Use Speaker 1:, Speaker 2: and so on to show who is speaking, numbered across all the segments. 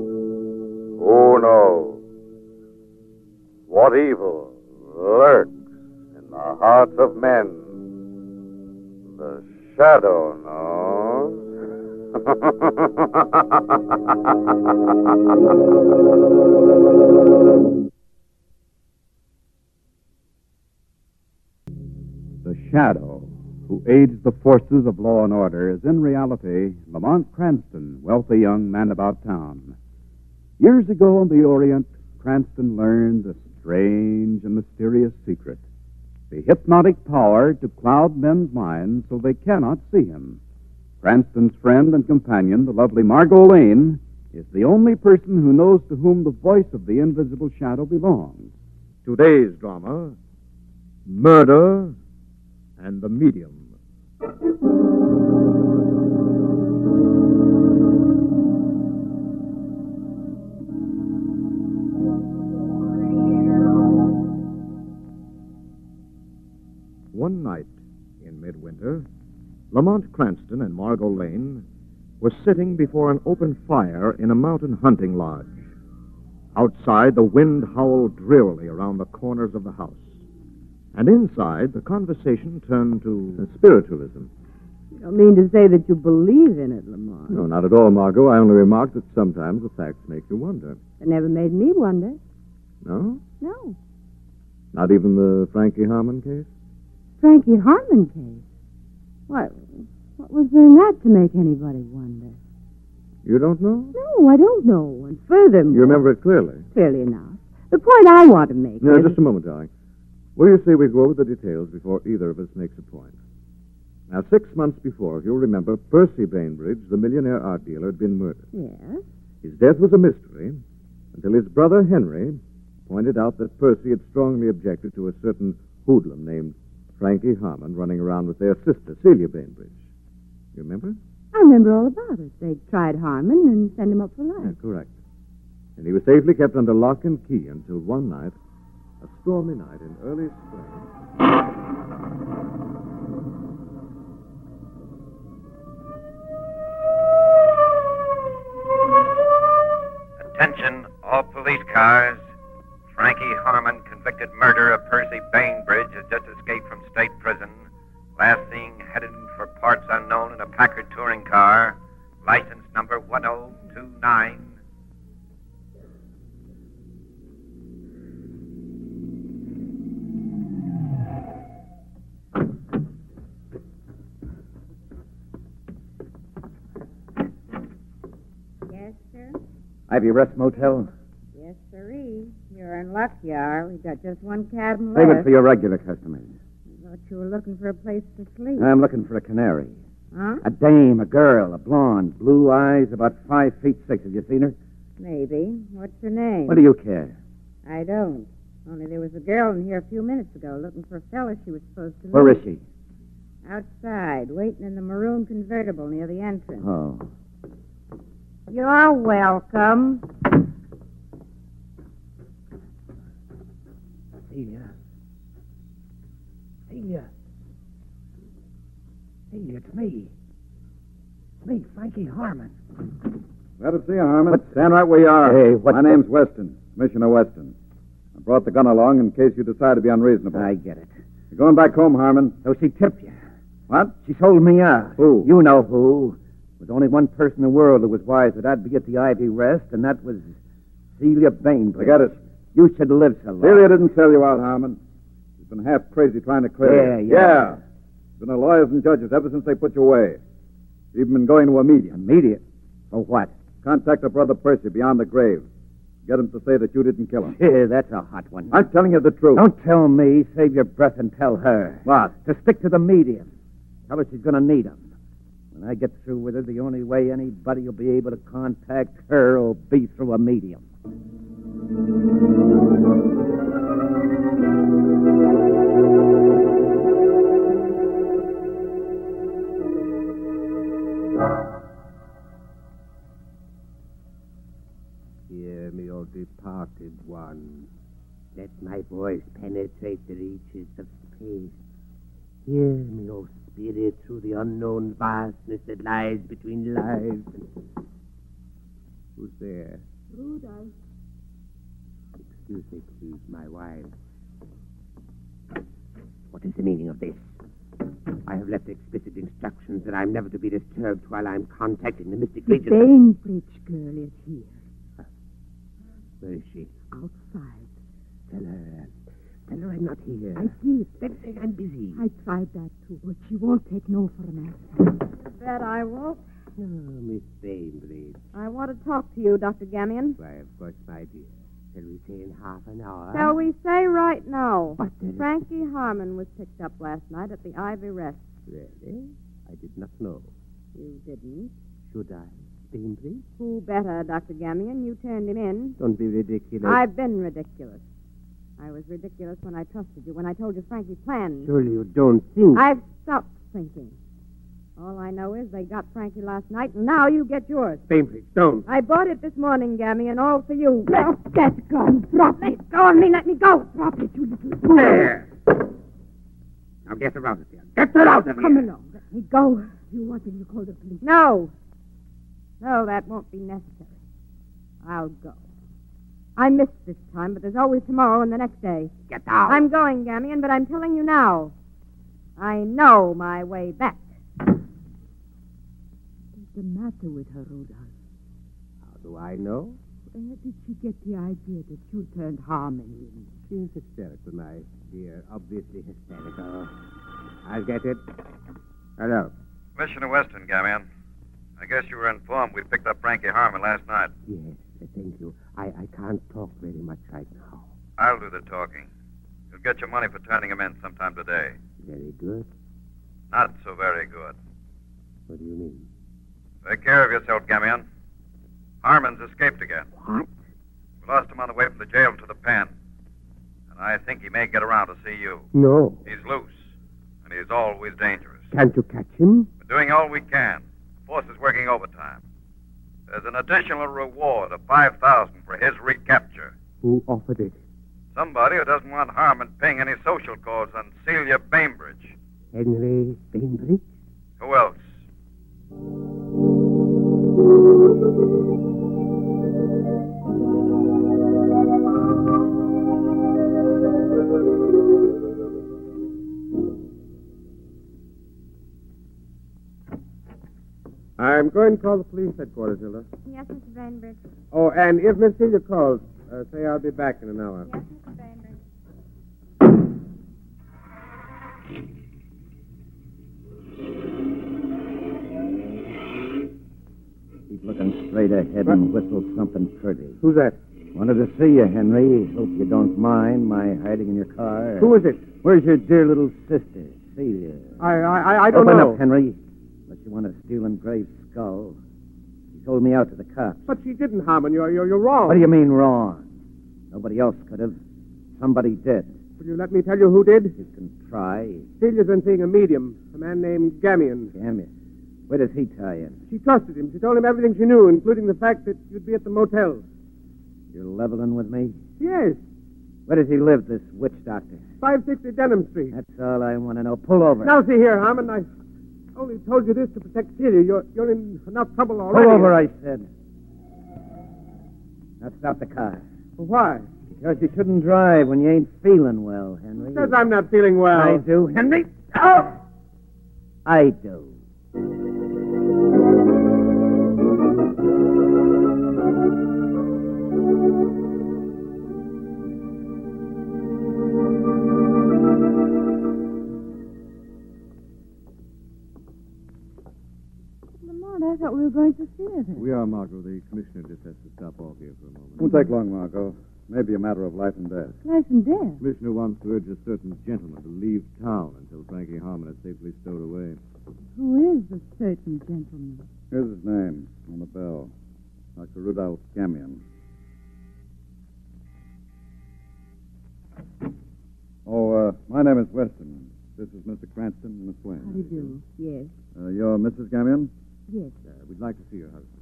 Speaker 1: Who knows Oh, what evil lurks in the hearts of men? The shadow knows.
Speaker 2: The Shadow, who aids the forces of law and order, is in reality Lamont Cranston, wealthy young man about town. Years ago in the Orient, Cranston learned a strange and mysterious secret the hypnotic power to cloud men's minds so they cannot see him. Cranston's friend and companion, the lovely Margot Lane, is the only person who knows to whom the voice of the invisible shadow belongs.
Speaker 3: Today's drama Murder and the Medium. One night in midwinter, Lamont Cranston and Margot Lane were sitting before an open fire in a mountain hunting lodge. Outside, the wind howled drearily around the corners of the house. And inside, the conversation turned to spiritualism.
Speaker 4: You don't mean to say that you believe in it, Lamont.
Speaker 3: No, not at all, Margot. I only remarked that sometimes the facts make you wonder.
Speaker 4: It never made me wonder.
Speaker 3: No?
Speaker 4: No.
Speaker 3: Not even the Frankie Harmon case?
Speaker 4: Frankie Harmon case. What, what was there in that to make anybody wonder?
Speaker 3: You don't know?
Speaker 4: No, I don't know. And furthermore,
Speaker 3: You remember it clearly.
Speaker 4: clearly enough, the point I want to make
Speaker 3: Now,
Speaker 4: is...
Speaker 3: just a moment, darling. Will you say we go over the details before either of us makes a point? Now, six months before, if you'll remember, Percy Bainbridge, the millionaire art dealer, had been murdered.
Speaker 4: Yes,
Speaker 3: His death was a mystery until his brother Henry pointed out that Percy had strongly objected to a certain hoodlum named Frankie Harmon running around with their sister, Celia Bainbridge. You remember?
Speaker 4: I remember all about it. They tried Harmon and sent him up for
Speaker 5: Hmm.
Speaker 4: life.
Speaker 3: correct. And he was safely kept under lock and key until one night, a stormy night in early spring.
Speaker 6: Attention, all police cars. Frankie Harmon, convicted murderer of Percy Bainbridge, has just escaped from state prison. Last seen headed for parts unknown in a Packard touring car. License number 1029.
Speaker 5: Yes, sir.
Speaker 7: Ivy Rest Motel.
Speaker 5: Yes, sirree. You're in luck, you are. We've got just one cabin left.
Speaker 7: Save it for your regular customers.
Speaker 5: I thought you were looking for a place to sleep.
Speaker 3: Um,
Speaker 7: I'm looking for a canary.
Speaker 5: huh?
Speaker 7: A dame, a girl, a blonde, blue eyes, about five feet six. Have you seen her?
Speaker 5: Maybe. What's her name?
Speaker 7: What do you care?
Speaker 5: I don't. Only there was a girl in here a few minutes ago looking for a fella she was supposed to meet.
Speaker 7: Where is she?
Speaker 5: Outside, waiting in the maroon convertible near the entrance.
Speaker 7: Oh.
Speaker 5: You're welcome.
Speaker 7: Celia. Celia. Celia, it's me. It's me, Frankie Harmon.
Speaker 2: Glad to see you, Harmon. Stand right where you are.
Speaker 7: Hey, what
Speaker 2: My
Speaker 7: the-
Speaker 2: name's Weston, Commissioner Weston. I brought the gun along in case you decide to be unreasonable.
Speaker 7: I get it.
Speaker 2: You're going back home, Harmon.
Speaker 7: So she tipped you.
Speaker 2: What?
Speaker 7: She sold me out.
Speaker 2: Who?
Speaker 7: You know who. There's only one person in the world who was wise that I'd be at the Ivy Rest, and that was Celia Bainbridge.
Speaker 2: Forget it.
Speaker 7: You should live so long.
Speaker 2: Celia didn't sell you out, Harmon. She's been half crazy trying to clear
Speaker 7: Yeah,
Speaker 2: you.
Speaker 7: yeah.
Speaker 2: Yeah. She's been a lawyers and judges ever since they put you away. She's even been going to a medium.
Speaker 7: Immediate. For what?
Speaker 2: Contact her brother Percy beyond the grave. Get him to say that you didn't kill him.
Speaker 7: Yeah, that's a hot one.
Speaker 2: I'm telling you the truth.
Speaker 7: Don't tell me. Save your breath and tell her. What? To stick to the medium. Tell her she's going to need 'em.
Speaker 3: When I get through with her, the only way anybody will be able to contact her will be through a medium.
Speaker 8: Hear me,
Speaker 2: Oh,
Speaker 8: O departed one.
Speaker 9: Let my voice penetrate the reaches of space. Hear me, O spirit, through the unknown vastness that lies between lives and.
Speaker 8: Who's there?
Speaker 5: Rudolph.
Speaker 9: Excuse me, please, my wife. What is the meaning of this? I have left explicit instructions that I'm never to be disturbed while I'm contacting the mystic
Speaker 10: The
Speaker 9: region.
Speaker 10: Bainbridge girl is here.
Speaker 9: Where is she?
Speaker 10: Outside.
Speaker 9: Tell her. Tell her I'm not here.
Speaker 10: I did.
Speaker 9: Then say I'm busy.
Speaker 10: I tried that too, but she won't take no for an answer.
Speaker 5: Bet I won't.
Speaker 9: No, Miss Bainbridge.
Speaker 5: I want to talk to you, Dr. Gamion.
Speaker 9: Why, of course, my dear. Shall we say in half an hour?
Speaker 5: Shall we say right now?
Speaker 9: But there is-
Speaker 5: Frankie Harmon was picked up last night at the Ivy Rest.
Speaker 9: Really? I did not know.
Speaker 5: You didn't.
Speaker 9: Should I, Bainbridge?
Speaker 5: Who better, Dr. Gamion? You turned him in.
Speaker 9: Don't be ridiculous.
Speaker 5: I've been ridiculous. I was ridiculous when I trusted you, when I told you Frankie's plan.
Speaker 9: Surely you don't think.
Speaker 5: I've stopped thinking. All I know is they got Frankie last night, and now you get yours.
Speaker 9: Bainbridge, don't.
Speaker 5: I bought it this morning, Gammy, and all for you.
Speaker 10: Drop that gun. Drop it.
Speaker 5: Go on me, let me go.
Speaker 10: Drop it, you little fool.
Speaker 9: There. Now get her out of here. Get her out of here.
Speaker 10: Come along. Let me go. You want me to call the police?
Speaker 5: No. No, that won't be necessary. I'll go. I missed this time, but there's always tomorrow and the next day.
Speaker 9: Get out.
Speaker 5: I'm going, Gamion, but I'm telling you now. I know my way back.
Speaker 10: What's the matter with her, Rudolph?
Speaker 9: How do I know?
Speaker 10: Where did she get the idea that you turned Harmon in?
Speaker 8: She is hysterical, my dear. Obviously hysterical. I'll get it. Hello.
Speaker 6: Commissioner Weston, Gamion. I guess you were informed we picked up Frankie Harmon last night.
Speaker 9: Yes, uh, thank you. I, I can't talk very much right now.
Speaker 6: I'll do the talking. You'll get your money for turning him in sometime today.
Speaker 9: Very good.
Speaker 6: Not so very good.
Speaker 9: What do you mean?
Speaker 6: Take care of yourself, Gamion. Harmon's escaped again.
Speaker 9: What?
Speaker 6: We lost him on the way from the jail to the pen. And I think he may get around to see you.
Speaker 9: No.
Speaker 6: He's loose, and he's always dangerous.
Speaker 9: Can't you catch him?
Speaker 6: We're doing all we can. The force is working overtime. There's an additional reward of 5000 for his recapture.
Speaker 9: Who offered it?
Speaker 6: Somebody who doesn't want Harmon paying any social calls on Celia Bainbridge.
Speaker 9: Henry Bainbridge?
Speaker 6: Who else?
Speaker 8: I'm going to call the police headquarters, Hilda.
Speaker 11: Yes, Mr. Bainbridge.
Speaker 8: Oh, and if Miss Celia calls, uh, say I'll be back in an hour.
Speaker 11: Yes, Mr. Bainbridge.
Speaker 3: Keep looking straight ahead and whistle something pretty.
Speaker 8: Who's that?
Speaker 3: Wanted to see you, Henry. Hope you don't mind my hiding in your car.
Speaker 8: Who is it?
Speaker 3: Where's your dear little sister, Celia?
Speaker 8: I, I, I- I don't
Speaker 3: Open
Speaker 8: know.
Speaker 3: up, Oh, Henry. Unless you want to steal Engrave's skull. She sold me out to the cops.
Speaker 8: But she didn't, Harmon. You're, you're, you're wrong.
Speaker 3: What do you mean wrong? Nobody else could have. Somebody did.
Speaker 8: Will you let me tell you who did?
Speaker 3: You can try.
Speaker 8: Celia's been seeing a medium, a man named Gamion.
Speaker 3: Damn it. Where does he tie in?
Speaker 8: She trusted him. She told him everything she knew, including the fact that you'd be at the motel.
Speaker 3: You're leveling with me?
Speaker 8: Yes,
Speaker 3: Where does he live, this witch doctor?
Speaker 8: 560 Denham Street.
Speaker 3: That's all I want to know. Pull over.
Speaker 8: Now, see here, Harmon, I only told you this to protect Celia. You're, you're in enough trouble
Speaker 3: Pull
Speaker 8: already.
Speaker 3: over, I said. Now stop the car.
Speaker 8: Why?
Speaker 3: Because you shouldn't drive when you ain't feeling well, Henry.
Speaker 8: Says I'm not feeling well.
Speaker 3: I do, Henry.
Speaker 8: Oh!
Speaker 3: I do.
Speaker 11: Lamont, I thought we were going to see it.
Speaker 12: We are, Margot. The commissioner just has to stop off here for a moment.
Speaker 3: Won't take long, Margot.
Speaker 9: may be a matter of life and death.
Speaker 5: Life and death.
Speaker 9: Commissioner wants to urge a certain gentleman to leave town until Frankie Harmon is safely stowed away.
Speaker 5: Who is the certain gentleman?
Speaker 9: Here's his name on the bell Dr. Rudolph Gamion. Oh, uh, my name is Weston. This is Mr. Cranston and Miss Wayne.
Speaker 5: How do you do? Yes.
Speaker 9: Uh, you're Mrs. Gamion?
Speaker 5: Yes.
Speaker 9: Uh, we'd like to see your husband.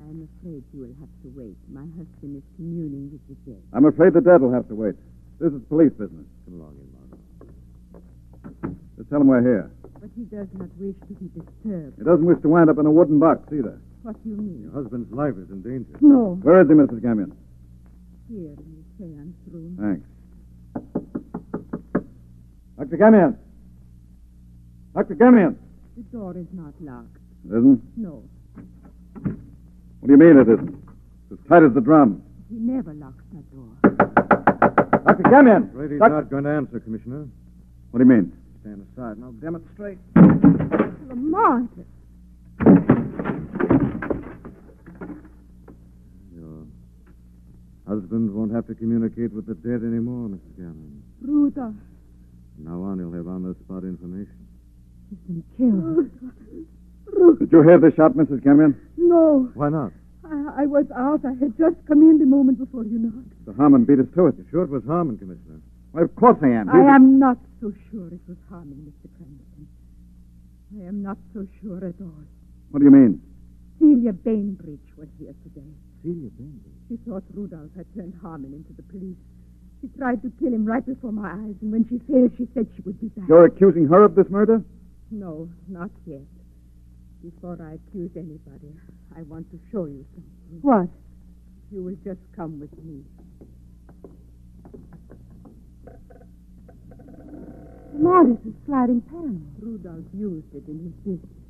Speaker 13: I'm afraid you will have to wait. My husband is communing with the dead.
Speaker 9: I'm afraid the dead will have to wait. This is police business. Come along in, Margaret. Just tell him we're here.
Speaker 13: But he does not wish to be disturbed.
Speaker 9: He doesn't wish to wind up in a wooden box either.
Speaker 13: What do you mean?
Speaker 9: Your husband's life is in danger.
Speaker 13: No.
Speaker 9: Where is he, Mrs. Gamion?
Speaker 13: Here, in the seance room.
Speaker 9: Thanks. Dr. Gamion! Dr. Gamion!
Speaker 13: The door is not locked.
Speaker 9: It isn't?
Speaker 13: No,
Speaker 9: What do you mean it isn't? It's as tight as the drum.
Speaker 13: he never locks that door.
Speaker 9: Dr. Gamion!
Speaker 3: Brady's
Speaker 9: Doc-
Speaker 3: not going to answer, Commissioner.
Speaker 9: What do you mean?
Speaker 3: Stand aside. Now,
Speaker 14: Demonstrate.
Speaker 5: Lamont!
Speaker 3: Your husband won't have to communicate with the dead anymore, Mrs. Gannon.
Speaker 5: Rudolph
Speaker 3: From now on, you'll have on the spot information.
Speaker 5: has been killed.
Speaker 9: Did you hear the shot, Mrs. Gamion?
Speaker 5: No.
Speaker 3: Why not?
Speaker 5: I, I was out. I had just come in the moment before you knocked.
Speaker 9: Mr. Harmon beat us to it.
Speaker 3: Sure, it was Harmon, Commissioner.
Speaker 9: Why, of course I am.
Speaker 5: I am not so sure it was Harmon, Mr. Cranston. I am not so sure at all.
Speaker 9: What do you mean?
Speaker 5: Celia Bainbridge was here today.
Speaker 3: Celia Bainbridge.
Speaker 5: She thought Rudolph had turned Harmon into the police. She tried to kill him right before my eyes, and when she failed, she said she would be back.
Speaker 9: You're accusing her of this murder?
Speaker 5: No, not yet. Before I accuse anybody, I want to show you something.
Speaker 13: What?
Speaker 5: You will just come with me.
Speaker 13: Maud is a sliding panel.
Speaker 5: Rudolph used it in his business.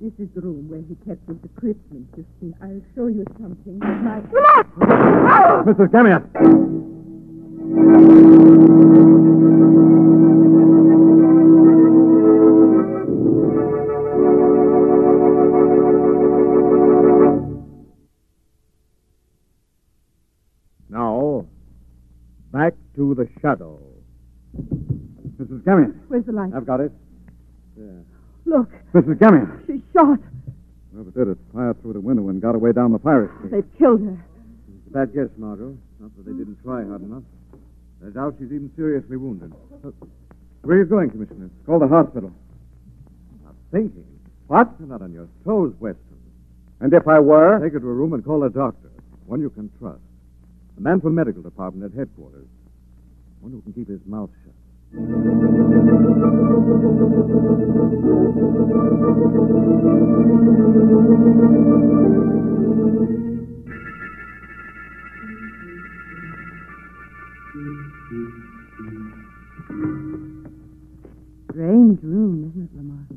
Speaker 5: This is the room where he kept his equipment, you see. I'll show you something that my...
Speaker 8: Ah!
Speaker 9: Mrs. Gamion!
Speaker 15: Now, back to the shadow.
Speaker 9: Mrs. Gamion.
Speaker 5: Where's the light?
Speaker 9: I've got it.
Speaker 5: Look,
Speaker 9: Mrs. Gamion.
Speaker 5: she's shot.
Speaker 9: Whoever did it fired through the window and got away down the fire escape.
Speaker 5: They've killed her.
Speaker 3: It's a bad guess, Margot. Not that they didn't try hard enough. There's doubt she's even seriously wounded. Look, Where are you going, Commissioner?
Speaker 9: Call the hospital.
Speaker 3: Not thinking.
Speaker 9: What?
Speaker 3: You're not on your toes, Weston.
Speaker 9: And if I were?
Speaker 3: Take her to a room and call a doctor. One you can trust. A man from medical department at headquarters. One who can keep his mouth shut.
Speaker 5: Strange room, isn't it, Lamont?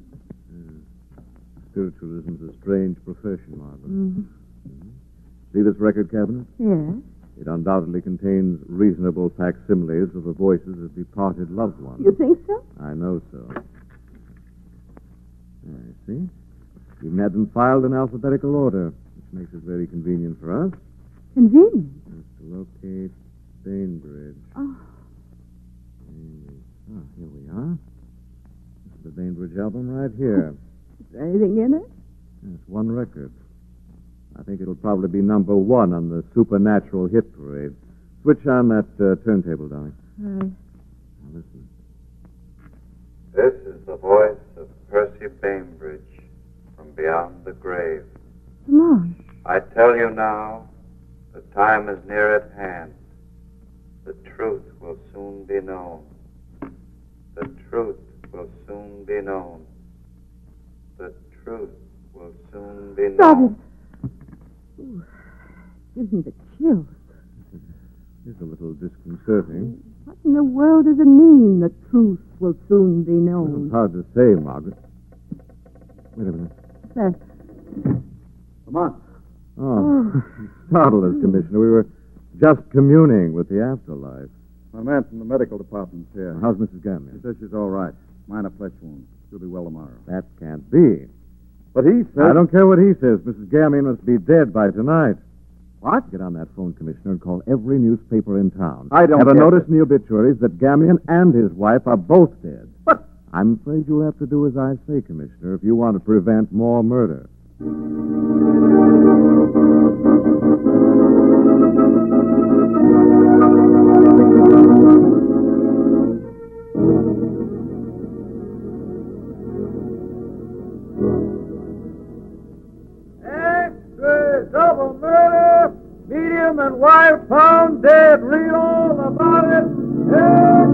Speaker 3: Spiritualism's a strange profession, Margaret.
Speaker 5: Mm.
Speaker 3: See this record cabinet?
Speaker 5: Yes.
Speaker 3: It undoubtedly contains reasonable facsimiles of the voices of departed loved ones.
Speaker 5: You think so?
Speaker 3: I know so. I see. Even had them filed in alphabetical order, which makes it very convenient for us
Speaker 5: Convenient.
Speaker 3: to locate Bainbridge.
Speaker 5: Oh,
Speaker 3: Bainbridge. Ah, here we are. This is the Bainbridge album right here.
Speaker 5: is there anything in it?
Speaker 3: That's one record. I think it'll probably be number one on the supernatural hit parade. Switch on that uh, turntable, darling.
Speaker 5: Right.
Speaker 3: Now listen.
Speaker 6: This is the voice of Percy Bainbridge from beyond the grave.
Speaker 5: Lamont.
Speaker 6: I tell you now, the time is near at hand. The truth will soon be known. The truth will soon be known. The truth will soon be
Speaker 5: Stop
Speaker 6: known.
Speaker 5: it. Ooh, gives me the chills.
Speaker 3: It's a little disconcerting.
Speaker 5: What in the world does it mean? The truth will soon be
Speaker 3: It's
Speaker 5: known.
Speaker 3: hard to say, Margaret. Wait a minute.
Speaker 5: That
Speaker 9: Lamont.
Speaker 3: Oh, startled us, Commissioner. We were just communing with the afterlife.
Speaker 9: My man from the medical department's here.
Speaker 3: How's Mrs. Gamion?
Speaker 9: He says she's all right. Minor flesh wound. She'll be well tomorrow.
Speaker 3: That can't be.
Speaker 9: But he says.
Speaker 3: I don't care what he says. Mrs. Gamion must be dead by tonight.
Speaker 16: What? Get on that phone, Commissioner, and call every newspaper in town.
Speaker 3: I don't
Speaker 16: Have a
Speaker 3: get
Speaker 16: notice
Speaker 3: it.
Speaker 16: in the obituaries that Gamion and his wife are both dead.
Speaker 3: But-
Speaker 16: I'm afraid you'll have to do as I say, Commissioner, if you want to prevent more murder.
Speaker 17: Extra double murder, medium and wife found dead. Read all about it.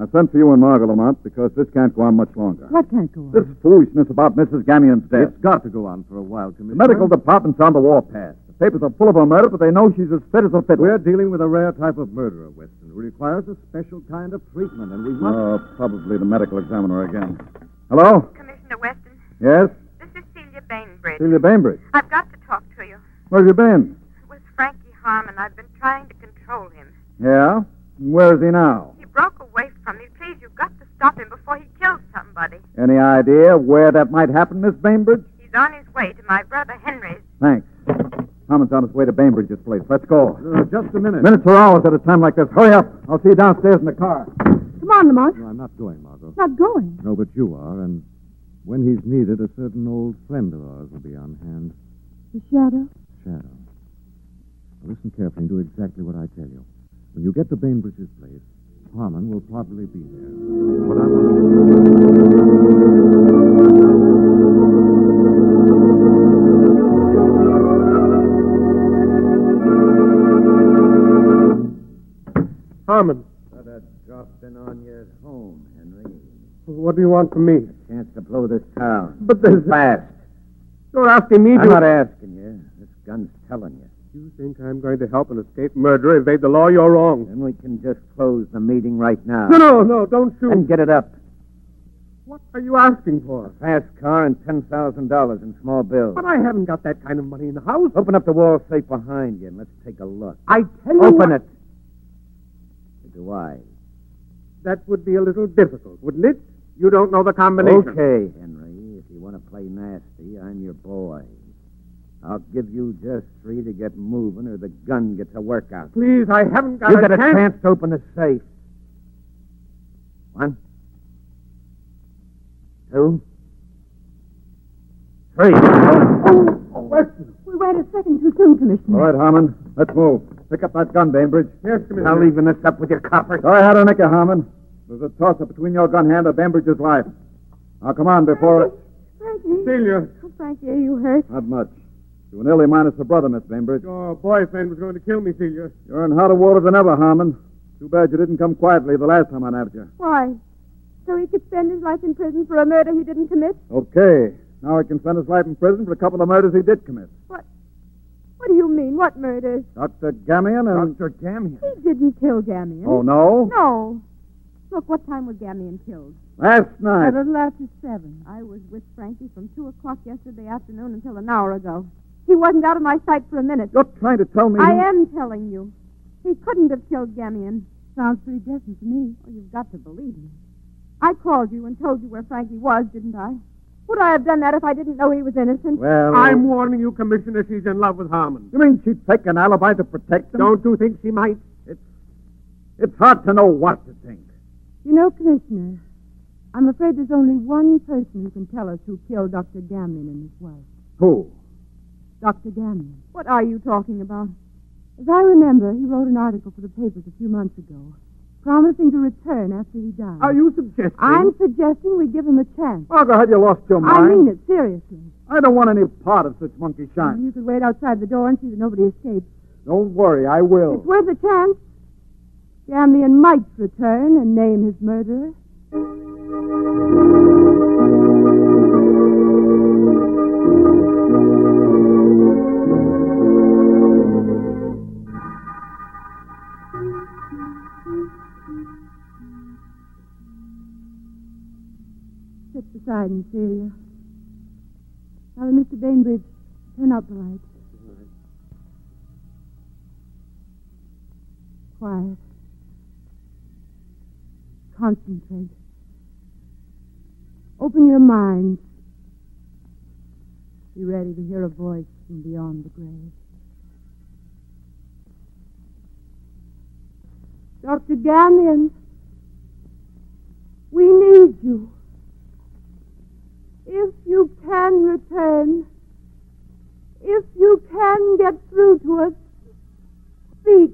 Speaker 3: I sent for you and Margot Lamont because this can't go on much longer.
Speaker 18: What can't go on?
Speaker 3: This foolishness about Mrs. Gamion's death.
Speaker 16: It's got to go on for a while, Commissioner.
Speaker 3: The medical department's on the warpath. The papers are full of her murder, but they know she's as fit as a fiddle. We're dealing with a rare type of murderer, Weston, who requires a special kind of treatment, and we must. Oh, probably the medical examiner again. Hello?
Speaker 19: Commissioner Weston,
Speaker 3: Yes?
Speaker 19: this is Celia Bainbridge.
Speaker 3: Celia Bainbridge.
Speaker 19: I've got to talk to you.
Speaker 3: Where've you been?
Speaker 19: It was Frankie Harmon. I've been trying to control him.
Speaker 3: Yeah? Where is he now?
Speaker 19: He broke away from me. Please, you've got to stop him before he kills somebody.
Speaker 3: Any idea where that might happen, Miss Bainbridge?
Speaker 19: He's on his way to my brother Henry's.
Speaker 3: Thanks. Harmon's on his way to Bainbridge's place. Let's go.
Speaker 16: just a minute.
Speaker 3: Minutes or hours at a time like this. Hurry up. I'll see you downstairs in the car.
Speaker 5: Come on, Lamont.
Speaker 16: No, I'm not going, Margot.
Speaker 5: Not going.
Speaker 16: No, but you are, and when he's needed, a certain old friend of ours will be on hand.
Speaker 5: The shadow.
Speaker 16: Shadow. Now listen carefully and do exactly what I tell you. When you get to Bainbridge's place, Harmon will probably be there. What I
Speaker 20: Harmon,
Speaker 21: I'd have dropped in on you at home, Henry.
Speaker 20: what do you want from me?
Speaker 21: Chance to blow this town.
Speaker 20: But there's-
Speaker 21: Fast.
Speaker 20: You're asking me to.
Speaker 21: I'm not asking you. This gun's telling you.
Speaker 20: You think I'm going to help an escaped murderer evade the law? You're wrong.
Speaker 21: Then we can just close the meeting right now.
Speaker 20: No, no, no, don't shoot.
Speaker 21: And get it up.
Speaker 20: What are you asking for?
Speaker 21: Fast car and $10,000 in small bills.
Speaker 20: But I haven't got that kind of money in the house.
Speaker 21: Open up the wall safe behind you and let's take a look.
Speaker 20: I tell you. what-
Speaker 21: Open it. Or do I?
Speaker 20: That would be a little difficult, wouldn't it? You don't know the combination.
Speaker 21: Okay, Henry. If you want to play nasty, I'm your boy. I'll give you just three to get moving, or the gun gets a workout.
Speaker 20: Please, I haven't got
Speaker 21: you
Speaker 20: a
Speaker 21: got
Speaker 20: chance.
Speaker 21: a chance to open the safe. One, two, three.
Speaker 3: Oh,
Speaker 20: Weston.
Speaker 5: We wait a second too soon, Commissioner.
Speaker 3: All right, Harmon. Let's move. Pick up that gun, Bainbridge.
Speaker 20: Yes, Commissioner.
Speaker 21: Now leaving this up with your copper.
Speaker 3: Go ahead, Onika, Harmon. There's a toss-up between your gun hand and Bainbridge's life. Now, come on, before... it-
Speaker 5: Frankie.
Speaker 20: Celia.
Speaker 5: Oh, Frankie, are you hurt?
Speaker 3: Not much. You were nearly minus a brother, Miss Bainbridge.
Speaker 20: Your boyfriend was going to kill me, Celia.
Speaker 3: You're in hotter water than ever, Harmon. Too bad you didn't come quietly the last time I nabbed you.
Speaker 5: Why? So he could spend his life in prison for a murder he didn't commit?
Speaker 3: Okay. Now he can spend his life in prison for a couple of murders he did commit.
Speaker 5: What do you mean? What murders?
Speaker 3: Dr. Gamion and... Dr. Gamion?
Speaker 5: He didn't kill Gamion.
Speaker 3: Oh, no?
Speaker 5: No. Look, what time was Gamion killed?
Speaker 3: Last night.
Speaker 5: A little after seven. I was with Frankie from two o'clock yesterday afternoon until an hour ago. He wasn't out of my sight for a minute.
Speaker 3: You're trying to tell me...
Speaker 5: I am telling you. He couldn't have killed Gamion. Sounds pretty decent to me. Oh, you've got to believe me. I called you and told you where Frankie was, didn't I? Would I have done that if I didn't know he was innocent?
Speaker 3: Well...
Speaker 18: uh,
Speaker 20: I'm warning you, Commissioner, she's in love with Harmon.
Speaker 3: You mean she'd take an alibi to protect him?
Speaker 20: Don't you think she might?
Speaker 3: It's... It's hard to know what to think.
Speaker 18: You know, Commissioner, I'm afraid there's only one person who can tell us who killed Dr. Gamlin and his wife.
Speaker 3: Who?
Speaker 18: Dr. Gamlin.
Speaker 5: What are you talking about?
Speaker 18: As I remember, he wrote an article for the papers a few months ago, promising to return after he died.
Speaker 20: Are you suggesting?
Speaker 18: I'm suggesting we give him a chance.
Speaker 3: Margot, have you lost your mind?
Speaker 18: I mean it, seriously.
Speaker 3: I don't want any part of such monkey shine.
Speaker 18: You could wait outside the door and see that nobody escapes.
Speaker 3: Don't worry, I will.
Speaker 18: It's worth a chance. Gamlion might return and name his murderer. Sit beside him, Celia. Now, then, Mr. Bainbridge, turn out the light. Quiet. Concentrate.
Speaker 5: Open your minds. Be ready to hear a voice from beyond the grave. Dr. Gamion, we need you. If you can return, if you can get through to us, speak.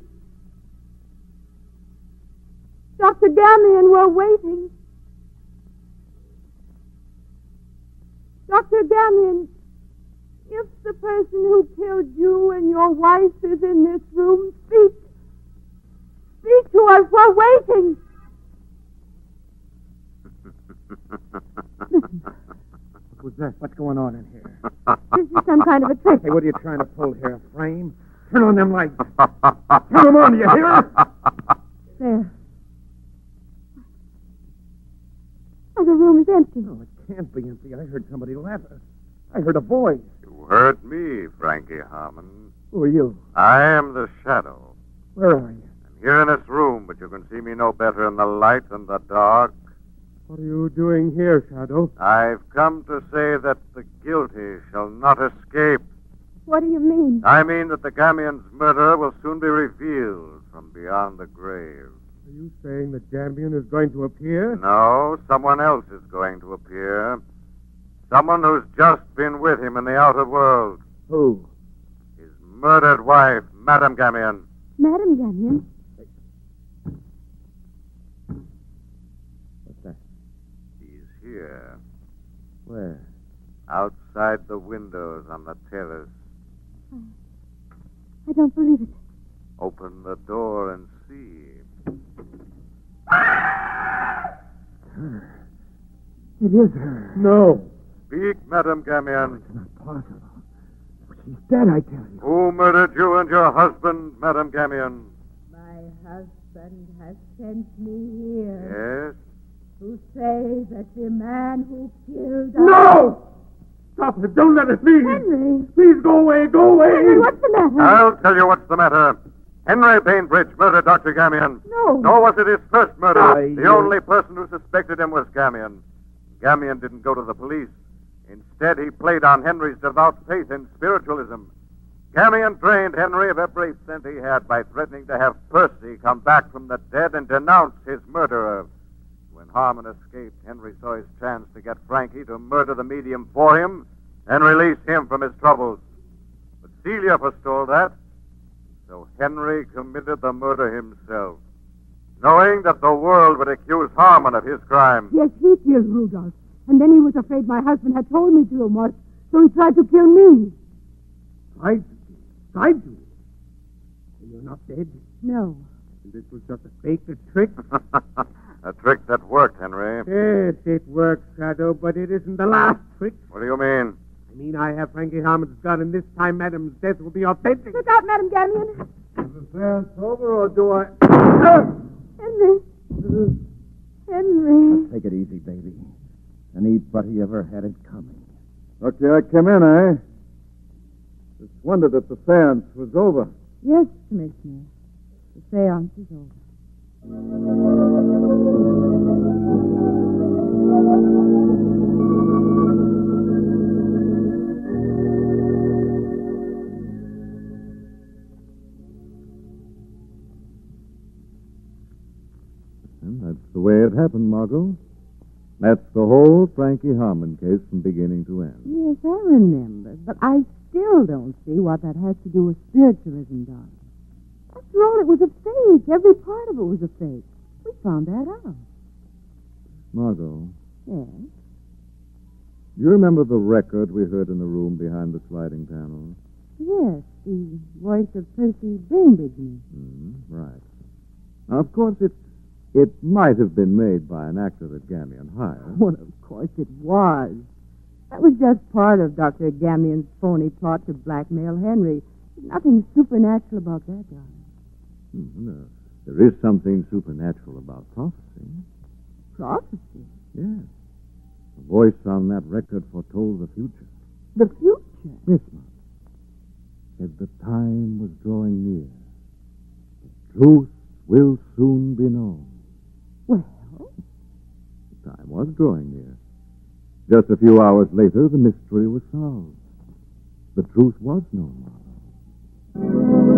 Speaker 5: Dr. Gamion, we're waiting. Dr. Gamion, if the person who killed you and your wife is in this room, speak. Speak to us. We're waiting.
Speaker 22: What was that? What's going on in here?
Speaker 5: This is some kind of a trick.
Speaker 22: Hey, what are you trying to pull here? A frame? Turn on them lights. Turn them on, you hear?
Speaker 5: There. Oh, the room is empty.
Speaker 22: Oh, it can't be empty. I heard somebody laugh. I heard a voice.
Speaker 6: You heard me, Frankie Harmon.
Speaker 22: Who are you?
Speaker 6: I am the shadow.
Speaker 22: Where are you?
Speaker 6: I'm here in this room, but you can see me no better in the light than the dark.
Speaker 23: What are you doing here, Shadow?
Speaker 6: I've come to say that the guilty shall not escape.
Speaker 5: What do you mean?
Speaker 6: I mean that the Gamion's murderer will soon be revealed from beyond the grave.
Speaker 23: Are you saying that Gambion is going to appear?
Speaker 6: No, someone else is going to appear. Someone who's just been with him in the outer world.
Speaker 22: Who?
Speaker 6: His murdered wife, Madame Gamion.
Speaker 5: Madame Gamion?
Speaker 22: What's that?
Speaker 6: He's here,
Speaker 22: Where?
Speaker 6: outside the windows on the terrace.
Speaker 5: I don't believe it.
Speaker 6: Open the door and see.
Speaker 22: It is her.
Speaker 23: No.
Speaker 6: Speak, Madame Gamion.
Speaker 22: Possible. She's dead, I tell you.
Speaker 6: Who murdered you and your husband, Madame Gamion?
Speaker 24: My husband has sent me here
Speaker 6: Yes?
Speaker 24: to say that the man who killed
Speaker 25: No! Stop it. Don't let us leave.
Speaker 5: Henry.
Speaker 25: Please go away. Go away.
Speaker 5: Henry, what's the matter?
Speaker 6: I'll tell you what's the matter. Henry Bainbridge murdered Dr. Gamion.
Speaker 5: No.
Speaker 6: Nor was it his first murder.
Speaker 25: Aye.
Speaker 6: the only person who suspected him was Gamion. Gamion didn't go to the police. Instead, he played on Henry's devout faith in spiritualism. Gamion drained Henry of every cent he had by threatening to have Percy come back from the dead and denounce his murderer. When Harmon escaped, Henry saw his chance to get Frankie to murder the medium for him and release him from his troubles. But Celia forestalled that, so Henry committed the murder himself, knowing that the world would accuse Harmon of his crime.
Speaker 5: Yes, he killed Rudolph. And then he was afraid my husband had told me to him once, so he tried to kill me.
Speaker 23: I tried to. And you're not dead.
Speaker 5: No.
Speaker 23: And it was just a fake, a trick.
Speaker 6: A trick that worked, Henry.
Speaker 23: yes, it works, Shadow, but it isn't the last trick.
Speaker 6: What do you mean?
Speaker 23: I mean, I have Frankie Harmon's gun, and this time Madame's death will be authentic.
Speaker 5: Look out, Madame Gamion.
Speaker 26: Is the seance over, or do I.
Speaker 5: Henry. Henry.
Speaker 9: Take it easy, baby. Anybody ever had it coming?
Speaker 26: Lucky I came in, eh? Just wondered if the seance was over.
Speaker 5: Yes, Commissioner. The seance is over.
Speaker 3: And that's the way it happened, Margot. That's the whole Frankie Harmon case from beginning to end.
Speaker 27: Yes, I remember, but I still don't see what that has to do with spiritualism, darling. After all, it was a fake. Every part of it was a fake. We found that out.
Speaker 3: Margot,
Speaker 27: Yes.
Speaker 3: you remember the record we heard in the room behind the sliding panel?
Speaker 27: Yes, the voice of Percy Bainbridge. knew.
Speaker 3: Mm, right. Now, of course, it it might have been made by an actor that Gamion hired.
Speaker 27: Well, of course it was. That was just part of Dr. Gamion's phony plot to blackmail Henry. Nothing supernatural about that, darling.
Speaker 3: Mm, no. There is something supernatural about prophecy.
Speaker 27: Prophecy.
Speaker 3: Yes. The voice on that record foretold the future.
Speaker 27: The future.
Speaker 3: Yes, Mark. Said the time was drawing near. The truth will soon be known.
Speaker 27: Well,
Speaker 3: The time was drawing near. Just a few hours later, the mystery was solved. The truth was known.